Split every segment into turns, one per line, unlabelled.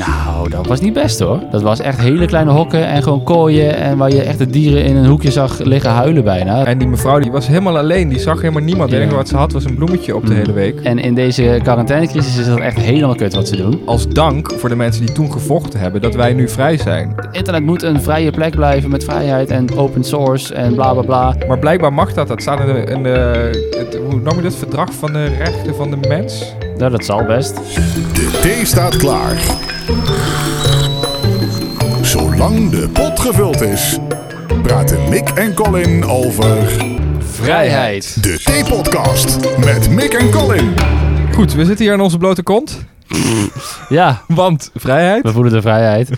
Nou, dat was niet best hoor. Dat was echt hele kleine hokken en gewoon kooien. En waar je echt de dieren in een hoekje zag liggen huilen bijna.
En die mevrouw die was helemaal alleen. Die zag helemaal niemand. Het
Ja.
enige wat ze had was een bloemetje op de
Mm.
hele week.
En in deze quarantainecrisis is dat echt helemaal kut wat ze doen.
Als dank voor de mensen die toen gevochten hebben dat wij nu vrij zijn.
Het internet moet een vrije plek blijven met vrijheid en open source en bla bla bla.
Maar blijkbaar mag dat. Dat staat in, de, in de, het, hoe noem je dat? Verdrag van de rechten van de mens.
Nou, dat zal best.
De thee staat klaar. Zolang de pot gevuld is, praten Mick en Colin over
Vrijheid.
de Theepodcast met Mick en Colin.
Goed, we zitten hier aan onze blote kont.
Ja,
Want vrijheid.
we voelen de vrijheid.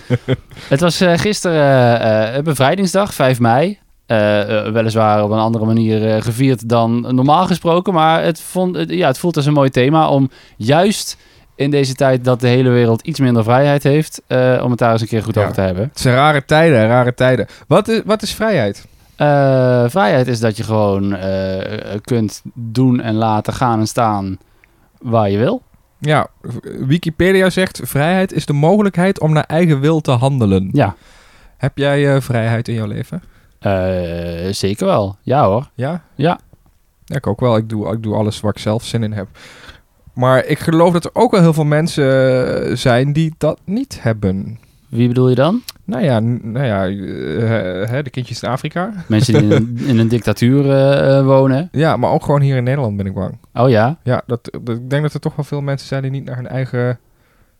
het was eh, gisteren eh, eh, bevrijdingsdag, 5 mei. Eh, eh, weliswaar op een andere manier eh, gevierd dan normaal gesproken. Maar het, vond, het- ja, het voelt als een mooi thema om juist in deze tijd dat de hele wereld iets minder vrijheid heeft, eh, om het daar eens een keer goed
Ja.
over te hebben.
Het zijn rare tijden, rare tijden. Wat is, wat is vrijheid?
Eh, vrijheid is dat je gewoon eh, kunt doen en laten gaan en staan waar je wil.
Ja, Wikipedia zegt vrijheid is de mogelijkheid om naar eigen wil te handelen.
Ja,
Heb jij eh, vrijheid in jouw leven?
Eh, zeker wel. Ja hoor.
Ja?
Ja.
Ja, ik ook wel. Ik doe, ik doe alles waar ik zelf zin in heb. Maar ik geloof dat er ook wel heel veel mensen eh, zijn die dat niet hebben.
Wie bedoel je dan?
Nou ja, n- nou ja eh, hè, de kindjes in Afrika.
Mensen die in een, in een dictatuur eh, eh, wonen.
Ja, maar ook gewoon hier in Nederland ben ik bang.
Oh ja.
Ja, dat, eh, dat- ik denk dat er toch wel veel mensen zijn die niet naar hun eigen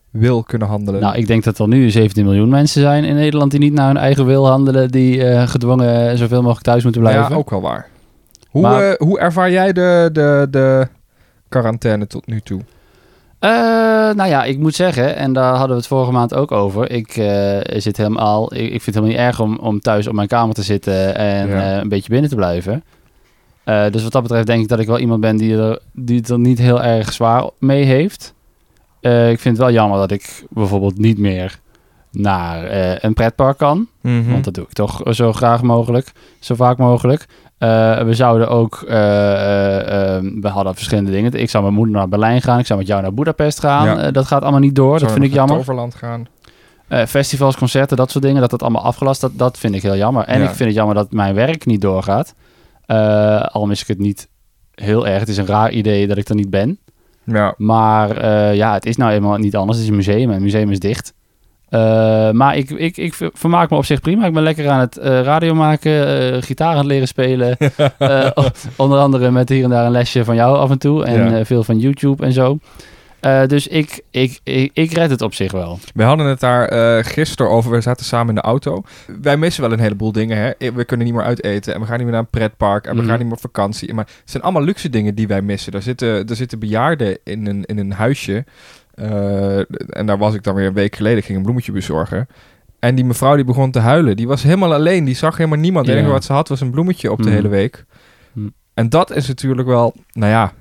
wil kunnen handelen.
Nou, ik denk dat er nu 17 miljoen mensen zijn in Nederland die niet naar hun eigen wil handelen, die eh, gedwongen zoveel mogelijk thuis moeten blijven.
Ja, ook wel waar. Hoe,
Maar-
eh, hoe ervaar jij de, de, de quarantaine tot nu toe?
Eh, nou ja, ik moet zeggen, en daar hadden we het vorige maand ook over. Ik, eh, zit helemaal, ik, ik vind het helemaal niet erg om, om thuis op mijn kamer te zitten en
Ja.
eh, een beetje binnen te blijven. Eh, dus wat dat betreft denk ik dat ik wel iemand ben die, er, die het er niet heel erg zwaar mee heeft. Eh, ik vind het wel jammer dat ik bijvoorbeeld niet meer naar eh, een pretpark kan.
Hm.
Want dat doe ik toch zo graag mogelijk, zo vaak mogelijk. Eh, we zouden ook, eh, eh, eh, we hadden verschillende dingen. Ik zou met mijn moeder naar Berlijn gaan, ik zou met jou naar Budapest gaan.
Ja.
Eh, dat gaat allemaal niet door,
Zou
dat
je
vind
nog
ik
naar
jammer.
Toverland gaan.
Eh, festivals, concerten, dat soort dingen, dat dat allemaal afgelast, dat, dat vind ik heel jammer. En
Ja.
ik vind het jammer dat mijn werk niet doorgaat. Eh al mis ik het niet heel erg, het is een raar idee dat ik er niet ben.
Ja.
Maar eh, ja, het is nou eenmaal niet anders. Het is een museum en het museum is dicht. Eh, maar ik, ik, ik ver- vermaak me op zich prima. Ik ben lekker aan het eh, radio maken, eh, gitaar aan het leren spelen. Eh, o- onder andere met hier en daar een lesje van jou af en toe. En
Ja.
eh, veel van YouTube en zo. Eh, dus ik, ik, ik, ik red het op zich wel.
We hadden het daar eh gisteren over. We zaten samen in de auto. Wij missen wel een heleboel dingen. Hè? We kunnen niet meer uit eten. En we gaan niet meer naar een pretpark. En we
Mhm.
gaan niet meer op vakantie. Maar het zijn allemaal luxe dingen die wij missen. Daar zitten, daar zitten bejaarden in een, in een huisje. Eh, en daar was ik dan weer een week geleden. Ik ging een bloemetje bezorgen. En die mevrouw die begon te huilen. Die was helemaal alleen. Die zag helemaal niemand. Het
Ja.
enige wat ze had was een bloemetje op de
Mhm.
hele week.
Mhm.
En dat is natuurlijk wel... Nou ja...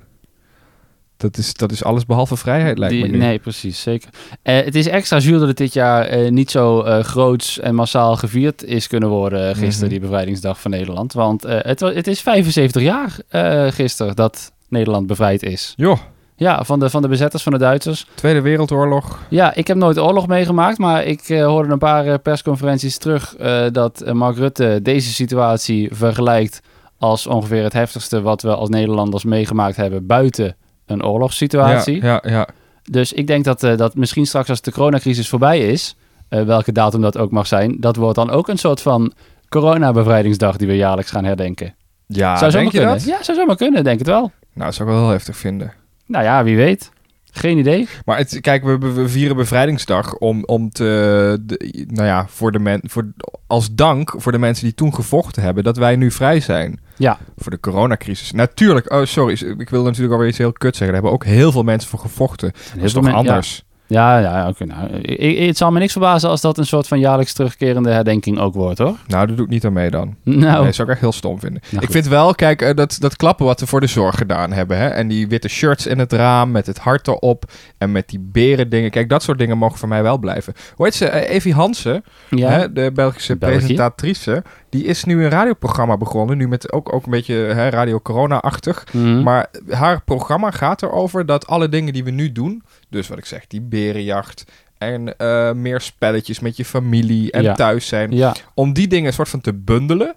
Dat is, dat is alles behalve vrijheid, lijkt
Die-
me nu.
Nee, precies, zeker. Eh, het is extra zuur dat het dit jaar eh, niet zo eh, groots en massaal gevierd is kunnen worden eh, gisteren,
Mhm.
die bevrijdingsdag van Nederland. Want eh, het, wa- het is 75 jaar eh gisteren dat Nederland bevrijd is.
Joh,
Ja, van de, van de bezetters, van de Duitsers.
Tweede Wereldoorlog.
Ja, ik heb nooit oorlog meegemaakt, maar ik eh, hoorde een paar eh, persconferenties terug eh, dat eh, Mark Rutte deze situatie vergelijkt als ongeveer het heftigste wat we als Nederlanders meegemaakt hebben buiten een oorlogssituatie.
Ja, ja, ja.
Dus ik denk dat, eh, dat misschien straks als de coronacrisis voorbij is, eh, welke datum dat ook mag zijn, dat wordt dan ook een soort van coronabevrijdingsdag die we jaarlijks gaan herdenken.
Ja,
zou
Ah, denk
zomaar
je
kunnen.
dat?
Ja, zou zomaar kunnen, denk het wel.
Nou, dat zou ik wel heel heftig vinden.
Nou ja, wie weet. Geen idee.
Maar het, kijk, we, we vieren Bevrijdingsdag om, om te... de- nou ja, voor de men, voor, als dank voor de mensen die toen gevochten hebben... dat wij nu vrij zijn.
Ja.
Voor de coronacrisis. Natuurlijk, oh sorry, ik wilde natuurlijk alweer iets heel kut zeggen. Daar hebben ook heel veel mensen voor gevochten. Dat is toch anders?
Ja, ja, ja, oké. nou, ik- ik- het zal me niks verbazen als dat een soort van jaarlijks terugkerende herdenking ook wordt, hoor.
Nou, dat doe ik niet aan mee dan.
Nou,
Nee, dat zou ik echt heel stom vinden.
nou
ik
goed.
vind wel, kijk, eh, dat, dat klappen wat ze voor de zorg gedaan hebben. Hè? En die witte shirts in het raam met het hart erop. En met die beren dingen. Kijk, dat soort dingen mogen voor mij wel blijven. Hoe heet ze? Eh, Evie Hansen,
ja.
hè? de Belgische
België.
presentatrice. Die is nu een radioprogramma begonnen. Nu met ook, ook een beetje hè, radio corona-achtig.
Mhm.
Maar haar programma gaat erover dat alle dingen die we nu doen... Dus wat ik zeg, die berenjacht... en eh, meer spelletjes met je familie en
Ja.
thuis zijn.
Ja,
Om die dingen een soort van te bundelen.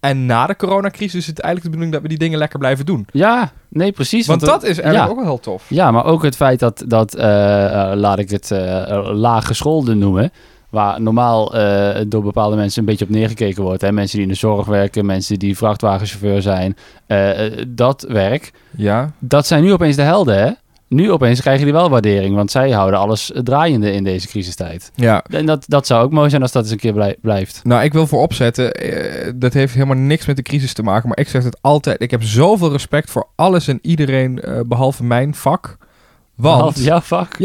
En na de coronacrisis is het eigenlijk de bedoeling dat we die dingen lekker blijven doen.
ja nee, precies.
Want
er-
dat is eigenlijk
ja.
ook wel heel tof.
Ja, maar ook het feit dat, dat eh, eh, laat ik het eh laaggeschoolden noemen. Waar normaal eh, door bepaalde mensen een beetje op neergekeken wordt. Hè? Mensen die in de zorg werken, mensen die vrachtwagenchauffeur zijn. Eh, eh, dat werk.
Ja,
Dat zijn nu opeens de helden, hè? Nu opeens krijgen die wel waardering, want zij houden alles draaiende in deze crisistijd.
ja.
En dat, dat zou ook mooi zijn als dat eens een keer blij- blijft.
Nou, ik wil voorop zetten, eh, dat heeft helemaal niks met de crisis te maken, maar ik zeg het altijd, ik heb zoveel respect voor alles en iedereen, eh, behalve mijn vak. Want, ja.
Ja, fuck.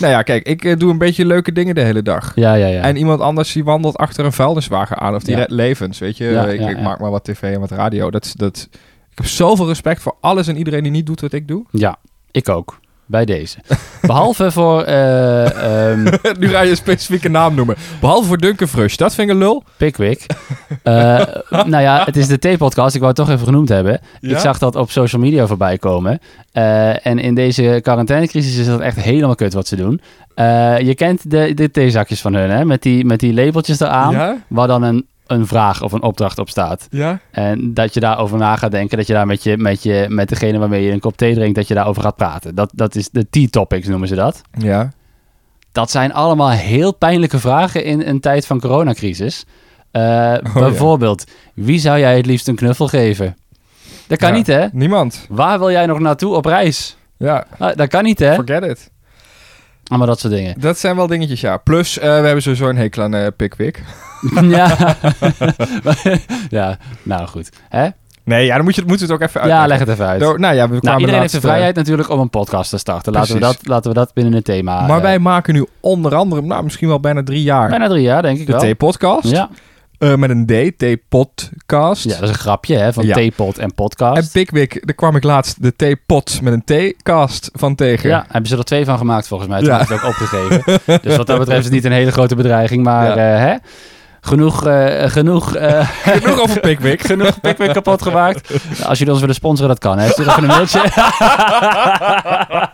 nou ja, kijk, ik eh, doe een beetje leuke dingen de hele dag.
Ja, ja, ja.
En iemand anders die wandelt achter een vuilniswagen aan of die
Ja.
redt levens, weet je.
Ja,
ik
ja,
ik
ja.
maak maar wat tv en wat radio. Dat, is- dat, ik heb zoveel respect voor alles en iedereen die niet doet wat ik doe.
Ja, ik ook. Bij deze. Behalve voor eh, ehm,
nu ga je een specifieke naam noemen. Behalve voor Duncan Frush, dat vind ik een lul.
Pickwick. Eh, nou ja, het is de T-podcast. Ik wou het toch even genoemd hebben. Ik zag dat op social media voorbij komen. Eh, en in deze quarantainecrisis is dat echt helemaal kut wat ze doen. Eh, je kent de, de theezakjes van hun, hè? Met die, met die labeltjes eraan.
Ja?
Waar dan een, een vraag of een opdracht op staat.
Ja?
En dat je daarover na gaat denken. Dat je daar met, je, met, je, met degene waarmee je een kop thee drinkt, dat je daarover gaat praten. Dat, dat is de T-topics noemen ze dat.
Ja.
Dat zijn allemaal heel pijnlijke vragen in een tijd van coronacrisis. Eh,
Oh,
bijvoorbeeld, wie zou jij het liefst een knuffel geven? Dat kan
Ja.
niet, hè?
Niemand.
Waar wil jij nog naartoe op reis?
Ja,
Ah, dat kan niet, hè?
forget it.
Allemaal dat soort dingen.
Dat zijn wel dingetjes, ja. Plus, eh, we hebben sowieso een hekel aan eh Pickwick.
ja. ja, nou goed. Hè?
Nee, ja, dan moet je, moeten we het ook even
Ja,
uitleggen.
leg het even uit.
Door- nou ja, we kwamen
Nou, iedereen heeft
laatst,
de vrijheid natuurlijk om een podcast te starten. Laten we,
Precies.
dat, laten we dat binnen het
eh,
thema...
maar
eh,
wij maken nu onder andere, nou, misschien wel bijna drie jaar,
Bijna drie jaar, denk ik wel.
de T-podcast.
Ja.
Eh, met een D, T-podcast.
ja, dat is een grapje, hè? Van
Ja.
theepot en
en
podcast.
Pickwick, daar kwam ik laatst de T-pot met een T-cast van tegen.
Ja, hebben ze er twee van gemaakt volgens mij. Toen
Ja.
is het ook opgegeven. dus wat dat betreft is het niet een hele grote bedreiging. Maar eh, hè? genoeg, eh, genoeg, eh,
Genoeg over Pickwick.
genoeg pik weer kapot gemaakt. Als jullie ons willen sponsoren, dat kan. Hè? Stuur even een mailtje.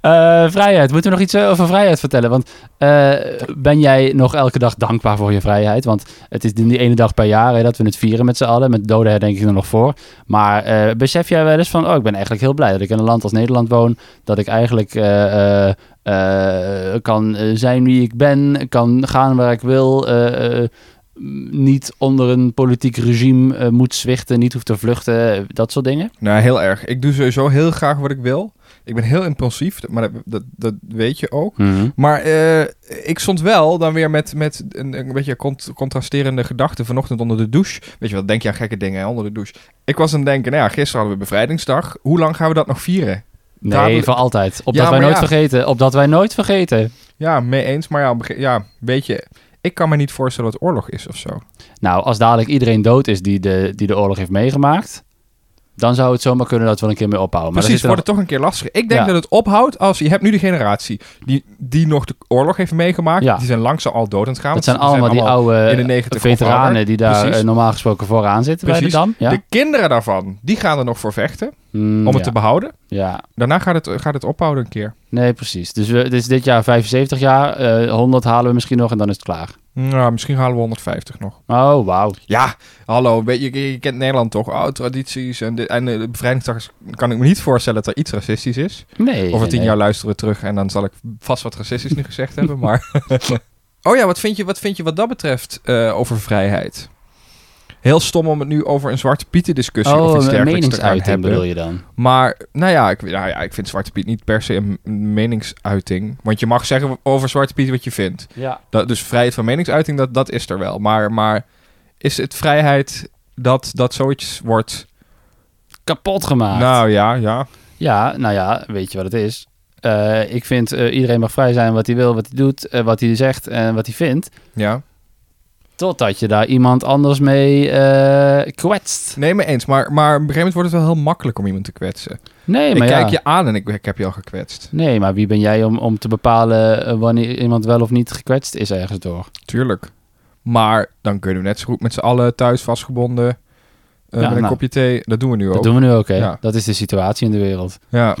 Eh, vrijheid. Moeten we nog iets eh, over vrijheid vertellen? Want eh, ben jij nog elke dag dankbaar voor je vrijheid? Want het is die ene dag per jaar hè, dat we het vieren met z'n allen. Met doden herdenking er nog voor. Maar eh, besef jij wel eens van... Oh, ik ben eigenlijk heel blij dat ik in een land als Nederland woon. Dat ik eigenlijk eh, eh, eh, kan eh, zijn wie ik ben. Kan gaan waar ik wil. eh, eh, m, niet onder een politiek regime eh, moet zwichten. Niet hoeft te vluchten. eh, Dat soort dingen.
Nou, heel erg. Ik doe sowieso heel graag wat ik wil. Ik ben heel impulsief, dat- maar dat, dat, dat weet je ook. Maar eh, ik stond wel dan weer met, met een, een beetje cont- contrasterende gedachten vanochtend onder de douche. Weet je wel, denk je aan gekke dingen hè, onder de douche. Ik was aan het denken, nou ja, gisteren hadden we bevrijdingsdag. Hoe lang gaan we dat nog vieren?
Nee,
Dadelijk-
voor altijd. Opdat wij
Ja, maar
nooit
ja.
vergeten. Opdat wij nooit vergeten.
Ja, mee eens. Maar ja, op een gege- ja, weet je, ik kan me niet voorstellen wat oorlog is of zo.
Nou, als dadelijk iedereen dood is die de, die de oorlog heeft meegemaakt... dan zou het zomaar kunnen dat we er een keer mee ophouden. Maar
Precies,
er
wordt
zitten
het toch een keer lastiger. Ik denk
Ja.
dat het ophoudt als... Je hebt nu de generatie die, die nog de oorlog heeft meegemaakt.
Ja.
Die zijn langzaam al dood aan het gaan.
nog-
want
dat zijn
ze
allemaal die oude
in de 90 of ouder.
Eh, veteranen... die daar
Precies.
eh, normaal gesproken vooraan zitten
Precies.
bij de dam. Ja?
De kinderen daarvan, die gaan er nog voor vechten
Mm,
om
ja.
het te behouden.
ja,
Daarna gaat het, gaat het ophouden een keer.
nee, precies. Dus we, het is dit jaar 75 jaar. eh, 100 halen we misschien nog en dan is het klaar.
Nou, misschien halen we 150 nog.
Oh, wauw.
Ja, hallo, weet je, je, je kent Nederland toch? Oh, tradities en de, en de bevrijdingsdag is- kan ik me niet voorstellen dat er iets racistisch is.
Nee.
Over
nee,
tien
nee.
jaar luisteren we terug en dan zal ik vast wat racistisch nu gezegd hebben, maar... oh ja, wat vind je wat, vind je wat dat betreft eh, over vrijheid? Heel stom om het nu over een Zwarte Pieten discussie
Oh,
of iets
een
dergelijks te gaan
meningsuiting
hebben.
bedoel je dan?
Maar, nou ja, ik, nou ja, ik vind Zwarte Piet niet per se een m- meningsuiting. Want je mag zeggen over Zwarte Piet wat je vindt.
Ja.
Dat, dus vrijheid van meningsuiting, dat, dat is er wel. Maar, maar is het vrijheid dat, dat zoiets wordt?
Kapot gemaakt.
Nou ja, ja.
Ja, nou ja, weet je wat het is? Eh, ik vind eh, iedereen mag vrij zijn wat hij wil, wat hij doet, eh, wat hij zegt en wat hij vindt.
ja.
Totdat je daar iemand anders mee eh, kwetst.
Nee, me eens. Maar, maar op een gegeven moment wordt het wel heel makkelijk om iemand te kwetsen.
Nee, maar
ik
ja.
kijk je aan en ik, ik heb je al gekwetst.
Nee, maar wie ben jij om, om te bepalen eh, wanneer iemand wel of niet gekwetst is ergens door?
Tuurlijk. Maar dan kunnen we net zo goed met z'n allen thuis vastgebonden.
Ja,
eh, met een
nou.
kopje thee. Dat doen we nu
Dat
ook.
doen we nu ook, hè?
Ja.
Dat is de situatie in de wereld.
Ja.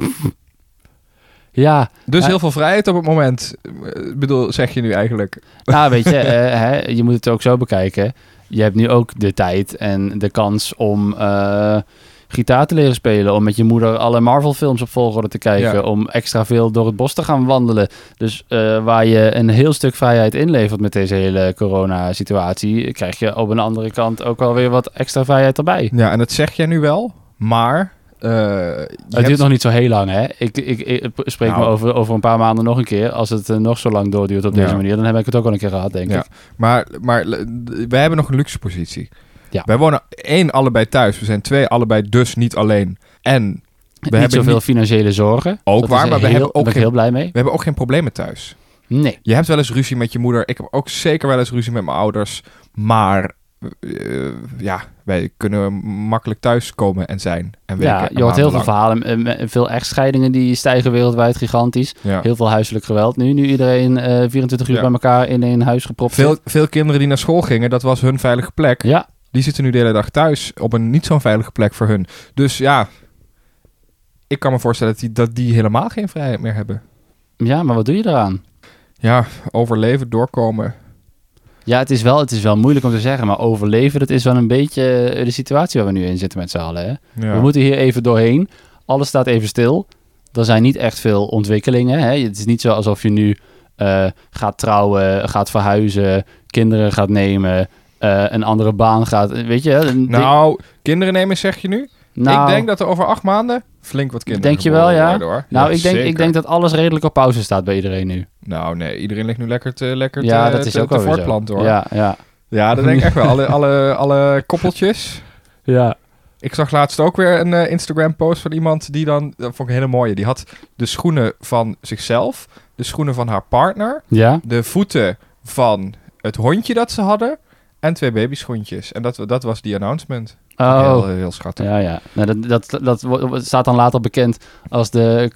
Ja,
Dus
Ja.
heel veel vrijheid op het moment, eh, bedoel, zeg je nu eigenlijk.
nou weet je, eh, hè, je moet het ook zo bekijken. Je hebt nu ook de tijd en de kans om eh, gitaar te leren spelen. Om met je moeder alle Marvel films op volgorde te kijken.
Ja.
Om extra veel door het bos te gaan wandelen. Dus eh, waar je een heel stuk vrijheid inlevert met deze hele corona-situatie... krijg je op een andere kant ook wel weer wat extra vrijheid erbij.
Ja, en dat zeg jij nu wel, maar... eh, je
Het
hebt-
duurt nog niet zo heel lang, hè? Ik, ik, ik spreek
Nou.
me over, over een paar maanden nog een keer. Als het eh, nog zo lang doorduurt op deze
Ja.
manier, dan heb ik het ook al een keer gehad, denk
Ja.
ik.
Maar, maar l- d- wij hebben nog een luxe positie.
Ja.
Wij wonen één allebei thuis. We zijn twee allebei dus niet alleen. En we
niet
hebben
zoveel
niet-
financiële zorgen.
Ook waar,
is
maar we
heel-
hebben
ben
ook
ik
geen-
heel blij mee.
we hebben ook geen problemen thuis.
Nee.
Je hebt wel eens ruzie met je moeder. Ik heb ook zeker wel eens ruzie met mijn ouders. Maar eh, ja, wij kunnen makkelijk thuiskomen en zijn. En werken
Ja,
en
je hoort heel veel
maandenlang.
verhalen. eh, met- Veel echtscheidingen die stijgen wereldwijd gigantisch.
Ja.
Heel veel huiselijk geweld nu. Nu iedereen eh, 24 uur
Ja.
bij elkaar in één huis gepropt
Veel,
zit.
veel kinderen die naar school gingen, dat was hun veilige plek.
Ja,
Die zitten nu de hele dag thuis op een niet zo'n veilige plek voor hun. Dus ja, ik kan me voorstellen dat die, dat die helemaal geen vrijheid meer hebben.
ja, maar wat doe je eraan?
Ja, overleven, doorkomen.
Ja, het is, wel, het is wel moeilijk om te zeggen, maar overleven, dat is wel een beetje eh, de situatie waar we nu in zitten met z'n allen. Hè?
Ja.
We moeten hier even doorheen. Alles staat even stil. Er zijn niet echt veel ontwikkelingen. Hè? Het is niet zo alsof je nu eh, gaat trouwen, gaat verhuizen, kinderen gaat nemen, eh, een andere baan gaat. Weet je, een ding-
nou, kinderen nemen zeg je nu?
Nou,
ik denk dat er over acht maanden flink wat kinderen
Denk je wel,
geboren
ja?
worden, hoor.
nou
Ja,
ik, denk, ik
zeker.
denk dat alles redelijk op pauze staat bij iedereen nu.
Nou nee, iedereen ligt nu lekker te, lekker
ja,
te,
dat is
eh, te,
ook
te
wel weer zo.
voortplanten, hoor. Ja.
Ja, ja.
dat denk ik echt wel. Alle, alle, alle koppeltjes.
ja.
Ik zag laatst ook weer een eh, Instagram-post van iemand die dan... Dat vond ik een hele mooie. Die had de schoenen van zichzelf, de schoenen van haar partner...
Ja?
de voeten van het hondje dat ze hadden... en twee babyschoentjes. En dat, dat was die announcement. Heel,
Oh.
heel schattig.
Ja, ja. Nou, dat, dat, dat wo- staat dan later bekend als de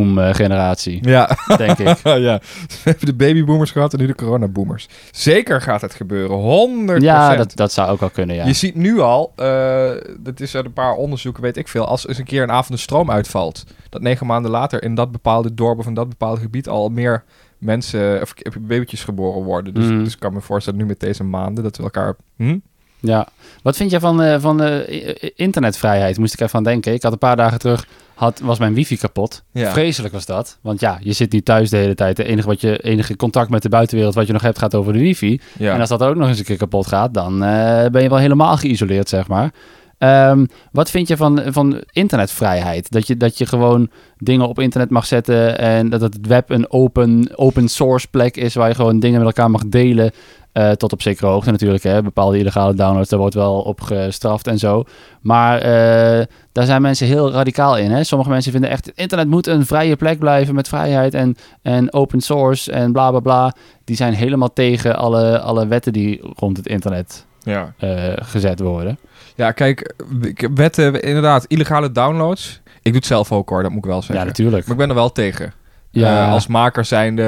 coronaboom-generatie,
Ja, oh
denk ik.
ja. We hebben de babyboomers gehad en nu de coronaboomers. Zeker gaat het gebeuren, 100%.
Ja, dat, dat zou ook wel kunnen, ja.
Je ziet nu al, eh, dat is uit een paar onderzoeken, weet ik veel, als eens een keer een avond de stroom uitvalt, dat negen maanden later in dat bepaalde dorp of in dat bepaalde gebied al meer mensen of k- babytjes geboren worden. Dus,
Mm.
dus ik kan me voorstellen nu met deze maanden dat we elkaar... Hm?
Ja, wat vind jij van, eh, van eh, i- internetvrijheid? Moest ik even aan denken. Ik had een paar dagen terug, had, was mijn wifi kapot.
Ja.
Vreselijk was dat. Want ja, je zit nu thuis de hele tijd. Het enige, wat je, enige contact met de buitenwereld wat je nog hebt gaat over de wifi. En als dat ook nog eens een keer kapot gaat, dan eh, ben je wel helemaal geïsoleerd, zeg maar. Ehm, wat vind je van, van internetvrijheid? Dat je, dat je gewoon dingen op internet mag zetten en dat het web een open, open source plek is waar je gewoon dingen met elkaar mag delen. eh, tot op zekere hoogte natuurlijk. Hè? Bepaalde illegale downloads, daar wordt wel op gestraft en zo. Maar eh, daar zijn mensen heel radicaal in. Hè? Sommige mensen vinden echt, internet moet een vrije plek blijven met vrijheid en, en open source en bla bla bla. Die zijn helemaal tegen alle, alle wetten die rond het internet
ja.
eh, gezet worden.
ja, kijk, ik- wetten, inderdaad, illegale downloads. Ik doe het zelf ook hoor, dat moet ik wel
Ja,
zeggen.
natuurlijk.
maar ik ben er wel tegen.
Ja,
Eh, als maker zijnde,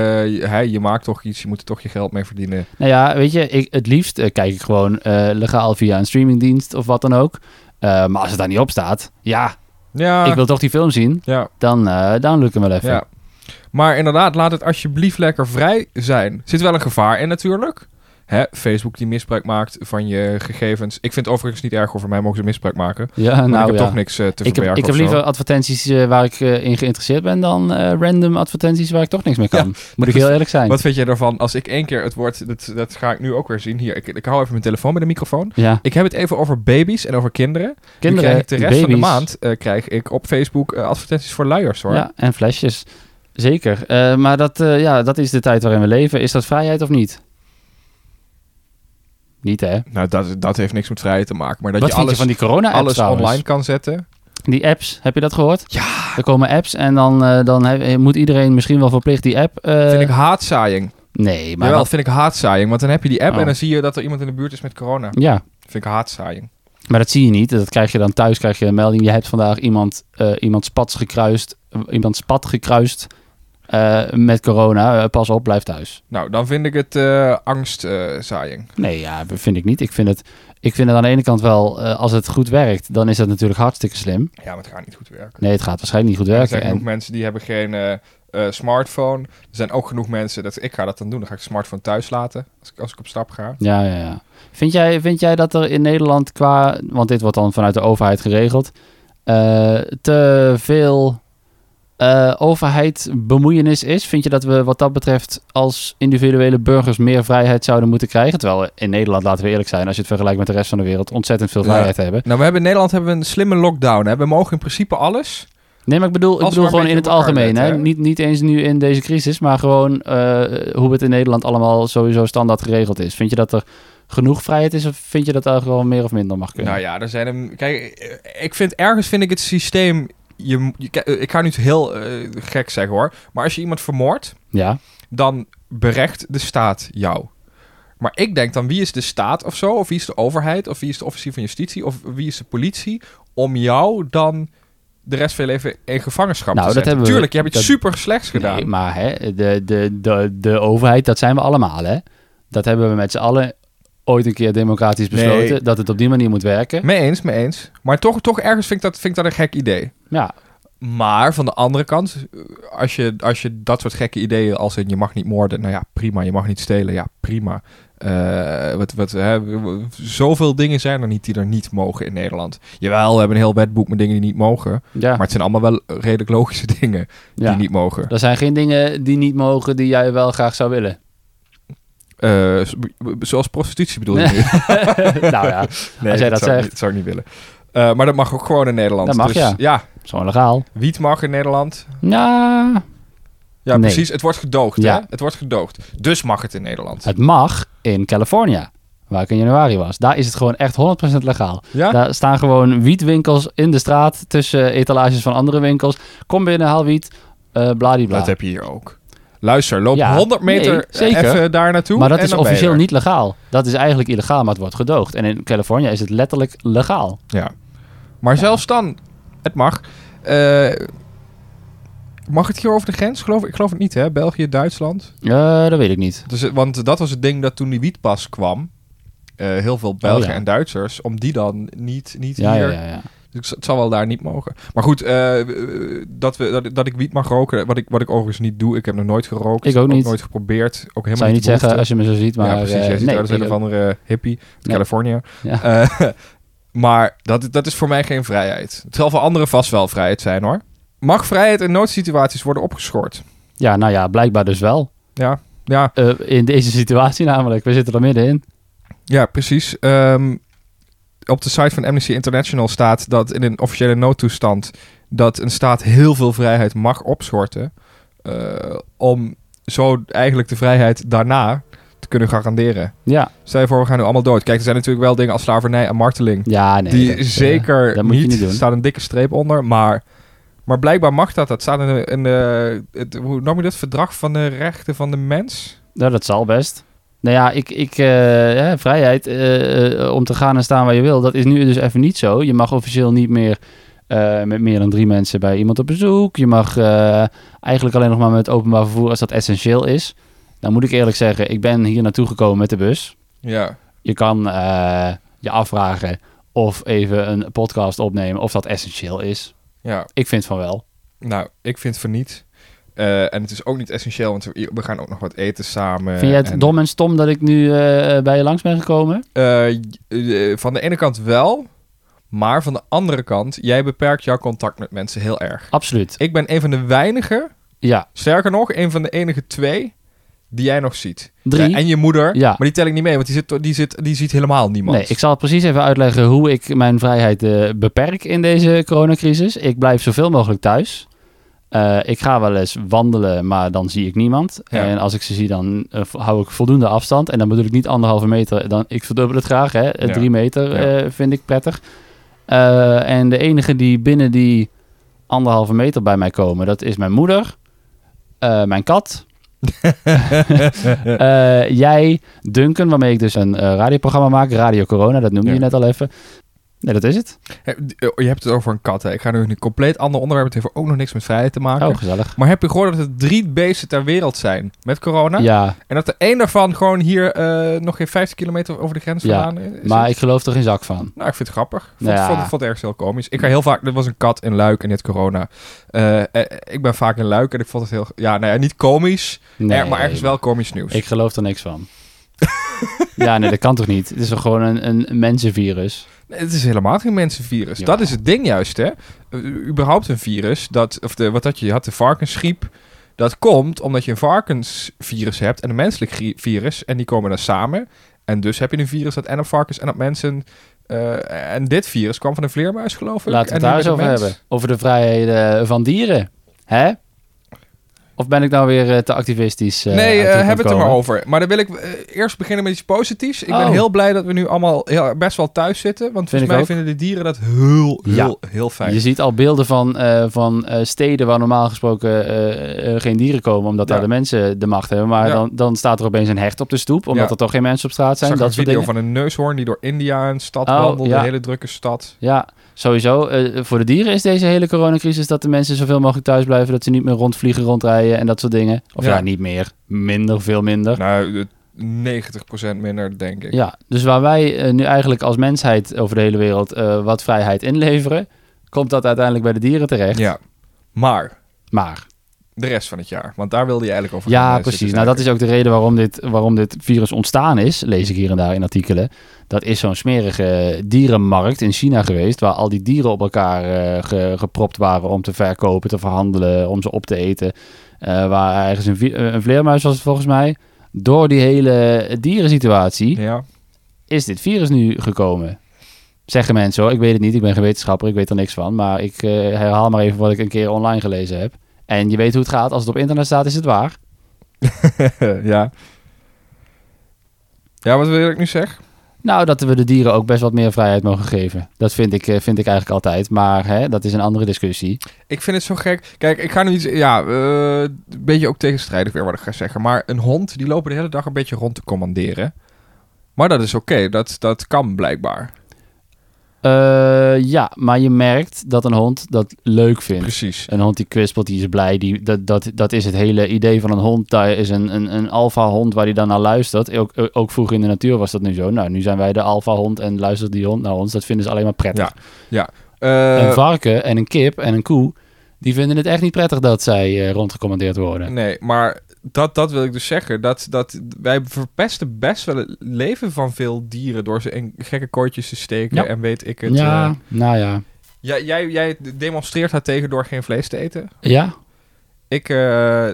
hè, je maakt toch iets, je moet er toch je geld mee verdienen.
Nou ja, weet je, ik, het liefst eh, kijk ik gewoon eh, legaal via een streamingdienst of wat dan ook. Eh, maar als het daar niet op staat, ja,
Ja,
ik wil toch die film zien,
ja.
dan eh download ik hem wel even.
Ah. Ja. Maar inderdaad, laat het alsjeblieft lekker vrij zijn. Zit wel een gevaar in natuurlijk. Hè, Facebook die misbruik maakt van je gegevens. Ik vind het overigens niet erg over mij mogen ze misbruik maken. Want
Ja, nou
ik heb
ja.
toch niks eh,
ik heb,
te verbergen
ik heb
of zo.
liever advertenties eh, waar ik eh, in geïnteresseerd ben dan eh, random advertenties waar ik toch niks mee kan. Moet ik
dus-
heel eerlijk zijn.
Wat vind jij ervan als ik één keer het woord... Dat, dat ga ik nu ook weer zien. Hier, ik, ik hou even mijn telefoon bij de microfoon.
Ja,
Ik heb het even over baby's en over kinderen. Nu
kinderen,
krijg ik de rest
baby's,
van de maand eh, krijg ik op Facebook eh, advertenties voor luiers hoor.
ja, en flesjes. Zeker. Eh, maar dat, eh, ja, dat is de tijd waarin we leven. Is dat vrijheid of niet? Niet, hè?
Nou, dat, dat heeft niks met vrijheid te maken. Maar dat
Wat
je
vind je
alles,
van die corona-apps
alles
trouwens?
online kan zetten.
Die apps, heb je dat gehoord?
Ja.
Er komen apps en dan, eh, dan he- moet iedereen misschien wel verplicht die app... eh,
vind ik haatzaaiing.
Nee, maar...
Maar Jawel,
wat-
vind ik haatzaaiing. Want dan heb je die app
Oh.
en dan zie je dat er iemand in de buurt is met corona.
Ja,
Vind ik haatzaaiing.
maar dat zie je niet. Dat krijg je dan thuis, krijg je een melding. Je hebt vandaag iemand, eh, iemand spats gekruist. eh, Iemand spat gekruist eh, met corona. Eh, pas op, blijf thuis.
Nou, dan vind ik het eh angstzaaiing.
Nee, ja, vind ik niet. Ik vind het, ik vind het aan de ene kant wel, eh, als het goed werkt, dan is dat natuurlijk hartstikke slim.
ja, maar het gaat niet goed werken.
Nee, het gaat waarschijnlijk niet goed
er
werken.
zijn ook
En,
mensen die hebben geen eh, eh, smartphone. Er zijn ook genoeg mensen dat ik ga dat dan doen. Dan ga ik de smartphone thuis laten als ik, als ik op stap ga.
Ja, ja, ja. Vind jij, vind jij dat er in Nederland qua, want dit wordt dan vanuit de overheid geregeld, eh, te veel eh overheid bemoeienis is? Vind je dat we wat dat betreft als individuele burgers meer vrijheid zouden moeten krijgen? Terwijl we in Nederland, laten we eerlijk zijn, als je het vergelijkt met de rest van de wereld, ontzettend veel
Ja.
vrijheid hebben.
Nou, we hebben in Nederland hebben we een slimme lockdown. Hè? We mogen in principe alles.
Nee, maar ik bedoel, ik
Als we
bedoel
maar
gewoon
een
in het
beetje op elkaar
algemeen. hè?
letten, hè?
Niet, niet eens nu in deze crisis, maar gewoon eh, hoe het in Nederland allemaal sowieso standaard geregeld is. Vind je dat er genoeg vrijheid is of vind je dat er gewoon meer of minder mag kunnen?
Nou ja, er zijn hem. Kijk, eh, ik vind ergens vind ik het systeem. Je, mo- je- kijk, eh, ik ga nu iets heel eh, gek zeggen hoor. Maar als je iemand vermoordt,
ja?
dan berecht de staat jou. Maar ik denk dan, wie is de staat of zo? Of wie is de overheid? Of wie is de officier van justitie? Of wie is de politie? Om jou dan de rest van je leven in gevangenschap
Nou, dat
te zetten.
hebben we-
Tuurlijk, je hebt iets
dat-
super slechts gedaan.
Nee, maar hè, de, de, de, de overheid, dat zijn we allemaal. Hè? Dat hebben we met z'n allen ooit een keer democratisch besloten.
Nee.
Dat het op die manier moet werken.
Mee eens, mee eens. Maar toch, toch ergens vind ik, dat, vind ik dat een gek idee.
Ja,
Maar van de andere kant, eh, als je, als je dat soort gekke ideeën als in je mag niet moorden, nou ja, prima. Je mag niet stelen, ja, prima. Eh, wat, wat, hè, w- w- zoveel dingen zijn er niet die er niet mogen in Nederland. Jawel, we hebben een heel wetboek met dingen die niet mogen.
ja,
Maar het zijn allemaal wel redelijk logische dingen
ja.
die niet mogen.
Er zijn geen dingen die niet mogen die jij wel graag zou willen.
Eh, z- b- b- zoals prostitutie bedoel je nu?
nou ja,
Nee,
Als jij dat
zou ik
zegt.
niet- zou ik niet willen. Eh, maar dat mag ook gewoon in Nederland.
Dat mag,
dus,
ja. zo legaal.
wiet mag in Nederland.
Ja,
Ja,
Nee.
precies. Het wordt gedoogd,
Ja.
hè? Het wordt gedoogd. Dus mag het in Nederland.
het mag in California, waar ik in januari was. Daar is het gewoon echt 100% legaal.
Ja?
Daar staan gewoon wietwinkels in de straat tussen etalages van andere winkels. Kom binnen, haal wiet, eh bladibla.
Dat heb je hier ook. Luister, loop
Ja,
100 meter
nee, zeker.
even daar naartoe.
Maar dat
en
is
dan ben je
officieel
er.
niet legaal. Dat is eigenlijk illegaal, maar het wordt gedoogd. En in Californië is het letterlijk legaal.
Ja. Maar zelfs dan, het mag. Eh, mag het hier over de grens? Geloof, ik geloof het niet, hè? België, Duitsland.
Eh, dat weet ik niet.
Dus, het- want dat was het ding dat toen die wietpas kwam. eh, heel veel Belgen
Oh, ja.
en Duitsers, om die dan niet, niet
Ja,
hier.
ja, ja, ja.
Dus het zal wel daar niet mogen. Maar goed, eh, dat, we, dat, dat ik wiet mag roken, wat ik, wat ik overigens niet doe. Ik heb nog nooit gerookt.
Ik ook niet.
nooit geprobeerd. Ook helemaal
Zou je niet
de behoefte.
zeggen als je me zo ziet, maar...
ja, precies.
eh,
Jij ziet dus
nee,
eruit als
ik
een of
ook-
andere eh, hippie uit
Nee.
Californië.
Ja.
Eh, maar dat, dat is voor mij geen vrijheid. Het zal voor anderen vast wel vrijheid zijn, hoor. Mag vrijheid in noodsituaties worden opgeschort?
ja, nou ja, blijkbaar dus wel.
Ja, ja,
Eh, in deze situatie namelijk. We zitten er middenin.
ja precies. Ehm, op de site van Amnesty International staat dat in een officiële noodtoestand... dat een staat heel veel vrijheid mag opschorten... eh, om zo eigenlijk de vrijheid daarna te kunnen garanderen.
Ja,
Stel je voor, we gaan nu allemaal dood. Kijk, er zijn natuurlijk wel dingen als slavernij en marteling...
ja nee.
die
dat is, eh,
zeker
dat moet je
niet,
niet doen.
staat een dikke streep onder, maar, maar blijkbaar mag dat. Dat staat in, de- in de, het, hoe noem je dat? Verdrag van de rechten van de mens.
nou, dat zal best. Nou ja, ik, ik, eh, hè, vrijheid eh, eh, om te gaan en staan waar je wil, dat is nu dus even niet zo. Je mag officieel niet meer eh, met meer dan drie mensen bij iemand op bezoek. Je mag eh, eigenlijk alleen nog maar met openbaar vervoer als dat essentieel is. Nou moet ik eerlijk zeggen, ik ben hier naartoe gekomen met de bus.
Ja.
Je kan eh, je afvragen of even een podcast opnemen of dat essentieel is.
ja.
Ik vind van wel.
Nou, ik vind van niet. Eh, en het is ook niet essentieel, want we we gaan ook nog wat eten samen.
vind jij het
Eh, en-
dom en stom dat ik nu eh, bij je langs ben gekomen?
Eh, j- eh, van de ene kant wel, maar van de andere kant, jij beperkt jouw contact met mensen heel erg.
Absoluut.
Ik ben een van de weinigen,
Ja,
sterker nog, een van de enige twee die jij nog ziet.
drie.
Ja, en je moeder.
Ja.
Maar die tel ik niet mee, want die, zit, die, zit, die ziet helemaal niemand.
Nee, ik zal precies even uitleggen hoe ik mijn vrijheid eh, beperk in deze coronacrisis. Ik blijf zoveel mogelijk thuis. Eh, ik ga wel eens wandelen, maar dan zie ik niemand.
Ja.
En als ik ze zie, dan eh, vo- hou ik voldoende afstand. En dan bedoel ik niet anderhalve meter. Dan, ik verdubbel het graag, hè. Eh,
Ja.
Drie meter
Ja.
eh, vind ik prettig. Eh, en de enige die binnen die anderhalve meter bij mij komen, dat is mijn moeder, eh, mijn kat, eh, jij, Duncan, waarmee ik dus een eh, radioprogramma maak, Radio Corona, dat noemde
Ja.
je net al even. Nee, dat is het.
He- d- oh, Je hebt het over een kat. Hè. Ik ga nu een compleet ander onderwerp. Het heeft ook nog niks met vrijheid te maken.
Oh, gezellig.
Maar heb je gehoord dat er drie beesten ter wereld zijn met corona?
Ja,
En dat er één daarvan gewoon hier eh, nog geen 50 kilometer over de grens
Ja,
vandaan is?
maar ik geloof er geen zak van.
Nou, ik vind het grappig. Ik Vond,
Ja.
vond, vond het ergens heel komisch. Ik ga heel vaak... Er was een kat in Luik en net corona. Eh, eh, ik ben vaak in Luik en ik vond het heel... Ja, nou ja, niet komisch,
Nee,
er- maar ergens wel komisch nieuws.
Ik geloof er niks van. ja, nee, dat kan toch niet? Het is toch gewoon een, een mensenvirus?
Nee, Het is helemaal geen mensenvirus.
Jawel.
Dat is het ding juist, hè. U- überhaupt een virus, dat, of de, wat had je, je had de varkensgriep. Dat komt omdat je een varkensvirus hebt en een menselijk gri- virus. En die komen dan samen. En dus heb je een virus dat en op varkens en op mensen... eh, en dit virus kwam van een vleermuis, geloof ik.
Laten we
en
het
nu
daar eens
met een
over
mens.
hebben. Over de vrijheden van dieren. Hè? Of ben ik nou weer eh, te activistisch? eh,
nee,
aan
eh,
toe
hebben we het er
komen?
maar over. Maar dan wil ik eh, eerst beginnen met iets positiefs. Ik ben
Oh.
heel blij dat we nu allemaal heel, best wel thuis zitten. Want volgens
ik
mij
ook.
vinden de dieren dat heel, heel, heel fijn.
Je ziet al beelden van, eh, van eh, steden waar normaal gesproken eh, eh, geen dieren komen, omdat
Ja.
daar de mensen de macht hebben. Maar
Ja.
dan, dan staat er opeens een hecht op de stoep, omdat
Ja.
er toch geen mensen op straat
Ik
zijn.
zag
Dat
een
soort
video
dingen.
van een neushoorn die door India een stad
Oh,
wandelde.
ja.
Een hele drukke stad.
Ja, sowieso. eh, voor de dieren is deze hele coronacrisis dat de mensen zoveel mogelijk thuis blijven, dat ze niet meer rondvliegen, rondrijden en dat soort dingen. Of ja,
Ja.
niet meer. Minder, veel minder.
Nou, eh, 90% minder, denk ik.
Ja, dus waar wij eh, nu eigenlijk als mensheid over de hele wereld eh, wat vrijheid inleveren, komt dat uiteindelijk bij de dieren terecht.
Ja. Maar
Maar
de rest van het jaar. Want daar wilde je eigenlijk over gaan,
Ja,
eh,
precies.
zitten
Nou, dat
zaken.
is ook de reden waarom dit, waarom dit virus ontstaan is, lees ik hier en daar in artikelen. Dat is zo'n smerige dierenmarkt in China geweest, waar al die dieren op elkaar eh, ge- gepropt waren om te verkopen, te verhandelen, om ze op te eten. Eh, waar ergens een, vi- eh, een vleermuis was het volgens mij. Door die hele dierensituatie
Ja.
is dit virus nu gekomen. Zeggen mensen hoor, ik weet het niet, ik ben geen wetenschapper, ik weet er niks van. Maar ik eh, herhaal maar even wat ik een keer online gelezen heb. En je weet hoe het gaat, als het op internet staat is het waar.
ja. Ja, wat wil ik nu zeggen?
Nou, dat we de dieren ook best wat meer vrijheid mogen geven. Dat vind ik, eh, vind ik eigenlijk altijd. Maar hè, dat is een andere discussie.
Ik vind het zo gek. Kijk, ik ga nu iets... Ja, eh, een beetje ook tegenstrijdig weer wat ik ga zeggen. Maar een hond, die lopen de hele dag een beetje rond te commanderen. Maar dat is oké. Dat, dat kan blijkbaar.
Eh, ja, maar je merkt dat een hond dat leuk vindt.
Precies.
Een hond die kwispelt, die is blij. Die, dat, dat, dat is het hele idee van een hond. Daar is een, een, een alfa-hond waar die dan naar luistert. Ook, ook vroeger in de natuur was dat nu zo. Nou, nu zijn wij de alfa-hond en luistert die hond naar ons. Dat vinden ze alleen maar prettig.
Eh,
een varken en een kip en een koe, die vinden het echt niet prettig dat zij eh, rondgecommandeerd worden.
Nee, maar dat, dat wil ik dus zeggen. Dat, dat wij verpesten best wel het leven van veel dieren door ze in gekke koortjes te steken
Ja.
en weet ik het.
ja,
eh.
nou ja.
Ja, jij, jij demonstreert haar tegen door geen vlees te eten.
Ja,
Ik eh,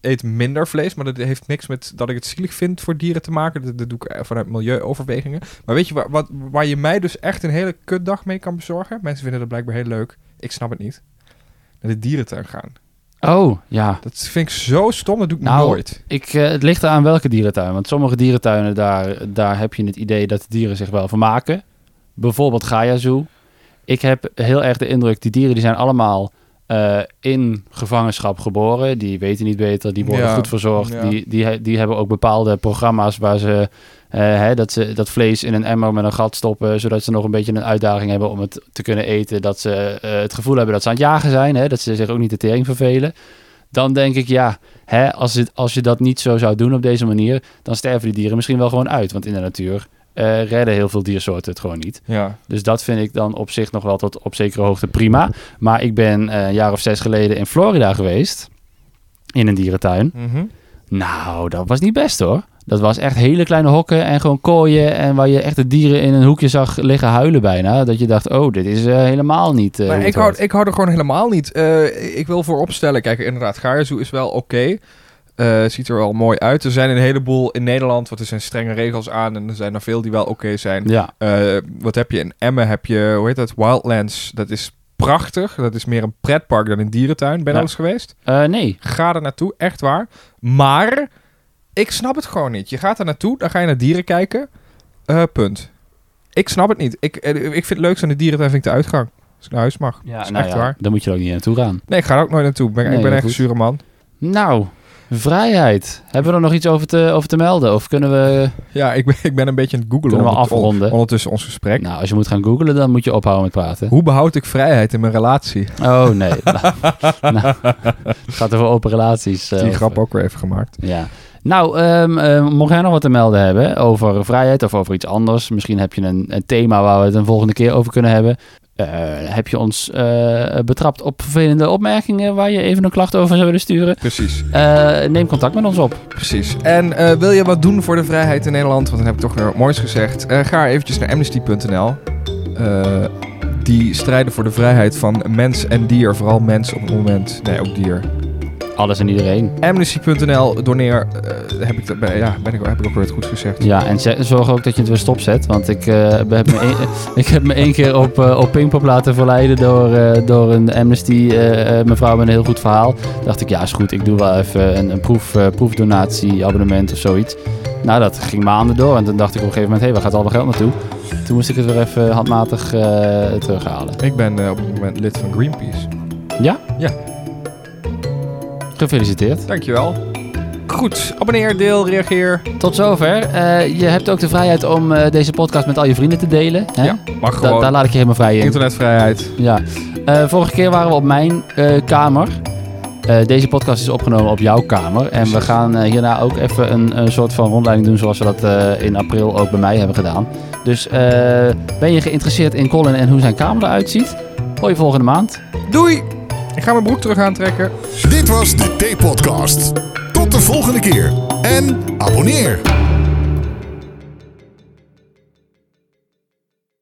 eet minder vlees, maar dat heeft niks met dat ik het zielig vind voor dieren te maken. Dat, dat doe ik eh, vanuit milieuoverwegingen. Maar weet je waar, wat, waar je mij dus echt een hele kutdag mee kan bezorgen? Mensen vinden dat blijkbaar heel leuk. Ik snap het niet. Naar de dierentuin gaan.
Oh, ja.
Dat vind ik zo stom. Dat doe ik
Nou,
nooit.
Ik, eh, het ligt eraan welke dierentuin. Want sommige dierentuinen, daar, daar heb je het idee dat de dieren zich wel vermaken. Bijvoorbeeld Gaia Zoo. Ik heb heel erg de indruk, die dieren die zijn allemaal eh, in gevangenschap geboren. Die weten niet beter, die worden
Ja,
goed verzorgd.
ja.
Die, die, he- die hebben ook bepaalde programma's waar ze, eh, hè, dat ze dat vlees in een emmer met een gat stoppen. Zodat ze nog een beetje een uitdaging hebben om het te kunnen eten. Dat ze eh, het gevoel hebben dat ze aan het jagen zijn. Hè, dat ze zich ook niet de tering vervelen. Dan denk ik, ja, hè, als, het, als je dat niet zo zou doen op deze manier, dan sterven die dieren misschien wel gewoon uit. Want in de natuur eh, redden heel veel diersoorten het gewoon niet.
Ja.
Dus dat vind ik dan op zich nog wel tot op zekere hoogte prima. Maar ik ben eh, een jaar of zes geleden in Florida geweest, in een dierentuin.
Mhm.
Nou, dat was niet best hoor. Dat was echt hele kleine hokken en gewoon kooien. En waar je echt de dieren in een hoekje zag liggen huilen bijna. Dat je dacht, oh, dit is eh, helemaal niet. eh,
Maar
hoe
ik
het
hou,
hoort.
ik hou er gewoon helemaal niet. eh, ik wil vooropstellen, kijk, inderdaad, Gaarzoe is wel oké. Eh, ziet er wel mooi uit. Er zijn een heleboel in Nederland, want er zijn strenge regels aan. En er zijn er veel die wel oké zijn.
Ja,
Eh, wat heb je in Emmen? Heb je, hoe heet dat? Wildlands. Dat is prachtig. Dat is meer een pretpark dan een dierentuin. Ben je
Ja.
al eens geweest?
Eh, nee.
Ga er naartoe, echt waar. Maar ik snap het gewoon niet. Je gaat er naartoe, dan ga je naar dieren kijken. Eh, punt. Ik snap het niet. Ik, eh, ik vind het leukste aan de dierentuin vind ik de uitgang. Als ik naar huis mag.
Ja,
Dat is
nou
echt
ja,
waar.
Dan moet je er ook niet naartoe gaan.
Nee, ik ga er ook nooit naartoe. Ik ben, ik
Nee,
ben
heel
echt een
goed.
zure man.
Nou, Vrijheid. Hebben we er nog iets over te, over te melden? Of kunnen we...
Ja, ik ben, ik ben een beetje aan het googelen
Kunnen we
ondert- on-
afronden?
ondertussen ons gesprek.
Nou, als je moet gaan googlen, dan moet je ophouden met praten.
Hoe behoud ik vrijheid in mijn relatie?
Oh, nee. nou, nou, het gaat over open relaties. eh,
Die
of-
grap ook weer even gemaakt.
Ja. Nou, ehm, ehm, mocht jij nog wat te melden hebben over vrijheid of over iets anders? Misschien heb je een, een thema waar we het een volgende keer over kunnen hebben. Eh, heb je ons eh, betrapt op vervelende opmerkingen waar je even een klacht over zou willen sturen?
Precies,
Eh, neem contact met ons op.
precies. En eh, wil je wat doen voor de vrijheid in Nederland? Want dan heb ik toch weer wat moois gezegd. Eh, ga eventjes naar amnesty.nl. Eh, die strijden voor de vrijheid van mens en dier. Vooral mens op het moment. Nee, ook dier.
Alles en iedereen.
Amnesty.nl, doneer. eh, heb, ik dat, ben- ja, ben ik, heb ik ook weer het goed gezegd.
Ja, en ze- zorg ook dat je het weer stopzet. Want ik, eh, heb, me één- ik heb me één keer op, eh, op Pinkpop laten verleiden door, eh, door een Amnesty eh, eh, mevrouw met een heel goed verhaal. Dacht ik, ja is goed, ik doe wel even een, een proef, eh, proefdonatie, abonnement of zoiets. Nou, dat ging maanden door. En toen dacht ik op een gegeven moment, hé, hey, waar gaat al mijn geld naartoe? Toen moest ik het weer even handmatig eh, terughalen.
Ik ben eh, op het moment lid van Greenpeace.
Gefeliciteerd.
Dankjewel. Goed, abonneer, deel, reageer.
Tot zover. Eh, je hebt ook de vrijheid om eh, deze podcast met al je vrienden te delen. Hè?
Ja, mag
Da-
gewoon.
daar laat ik je helemaal vrij in.
Internetvrijheid.
Ja. Eh, vorige keer waren we op mijn eh, kamer. Eh, deze podcast is opgenomen op jouw kamer. En we
Precies.
gaan eh, hierna ook even een, een soort van rondleiding doen zoals we dat eh, in april ook bij mij hebben gedaan. Dus eh, ben je geïnteresseerd in Colin en hoe zijn kamer eruit ziet? Hoor je volgende maand.
Doei! Ik ga mijn broek terug aantrekken.
Dit was de T-podcast. Tot de volgende keer en abonneer.